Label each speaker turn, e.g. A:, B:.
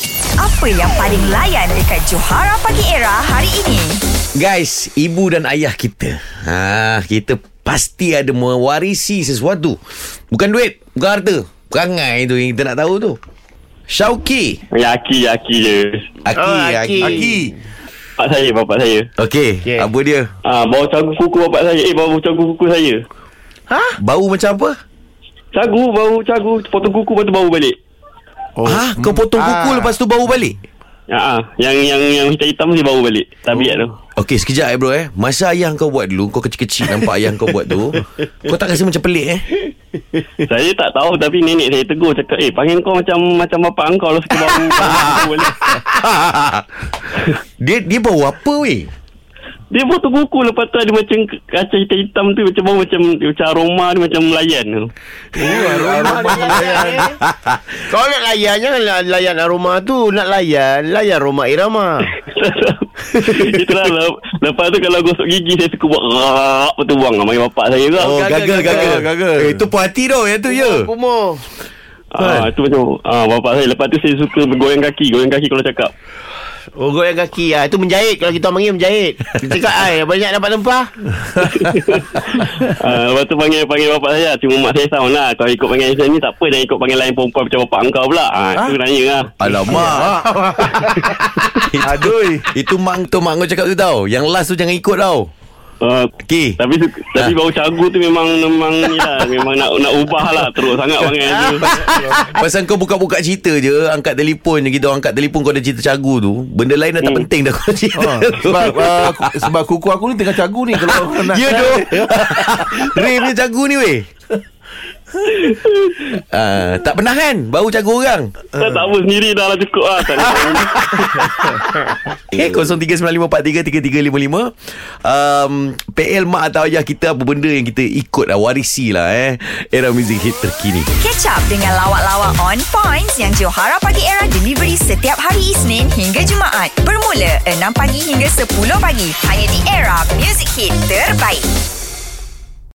A: Siapa yang paling layan dekat Johara Pagi Era hari ini?
B: Guys, ibu dan ayah kita. Ha, kita pasti ada mewarisi sesuatu. Bukan duit, bukan harta. Perangai tu yang kita nak tahu tu. Syauki.
C: Ya, Aki, ya, Aki je.
B: Aki, ya,
D: Oh, Aki.
B: Aki.
D: Aki.
C: Bapak saya, bapak saya.
B: Okey, okay.
D: Okey.
B: apa dia?
C: Ah, bawa sagu kuku bapak saya. Eh, bawa sagu kuku saya.
B: Bau macam apa?
C: Sagu, baru sagu. Potong kuku, lepas tu baru balik.
B: Oh, ha, kau potong kuku
D: ah.
B: lepas tu bau balik?
C: Ya, ah. yang yang yang hitam-hitam ni baru balik. Tabiat tu.
B: Okey, sekejap eh bro eh. Masa ayah kau buat dulu, kau kecil-kecil nampak ayah kau buat tu. Kau tak rasa macam pelik eh?
C: saya tak tahu tapi nenek saya tegur cakap, "Eh, panggil kau macam macam bapak engkau lah suka baru baru balik."
B: dia dia bau apa weh?
C: Dia potong kuku lepas tu ada macam kaca hitam-hitam tu macam bau macam macam aroma dia macam melayan tu.
D: Kau nak layan Jangan la- layan aroma tu Nak layan Layan aroma irama
C: Itulah lep- lepas tu kalau gosok gigi saya suka buat rak lepas tu buang panggil bapak saya lah.
B: Oh,
D: gagal,
B: gagal, gagal.
D: gagal,
B: gagal. Eh, tu puas hati tau, yang tu ya. je.
D: Pumo
C: Ah,
B: Kan?
C: tu macam ah bapak saya lepas tu saya suka bergoyang kaki, goyang kaki kalau cakap.
D: Oh goyang kaki ah. Itu menjahit Kalau kita orang panggil menjahit Dia cakap ai Banyak dapat tempah
C: ah, lepas tu panggil panggil bapak saya, cuma mak saya sound lah. Kalau ikut panggil saya ni tak apa, dan ikut panggil lain perempuan macam bapak engkau pula. Ah, ha? tu nanya lah.
B: Alamak.
D: Aduh
B: Itu mak tu mak kau cakap tu tau. Yang last tu jangan ikut tau.
C: Ah,
B: Okey.
C: tapi suka, tapi bau cagu tu memang memang ni lah, memang nak nak ubah lah teruk sangat panggil tu.
B: Pasal kau buka-buka cerita je, angkat telefon je kita orang angkat telefon kau ada cerita cagu tu. Benda lain dah tak
C: Hmm.
B: penting dah kau cerita.
E: Ha,
B: tu.
E: sebab uh, aku- sebab kuku aku ni tengah cagu ni kalau orang nak.
B: Ya doh. Ray punya cagu ni weh. Ah, tak pernah kan Baru cagu orang
C: Tak tak apa sendiri dah lah cukup lah. Tak ada.
B: Okay
C: Eh.
B: 0395433355 um, PL mak atau ayah kita Apa benda yang kita ikut lah Warisi lah eh Era music hit terkini
A: Catch up dengan lawak-lawak on points yang Johara Pagi Era delivery setiap hari Isnin hingga Jumaat. Bermula 6 pagi hingga 10 pagi. Hanya di Era Music Hit Terbaik.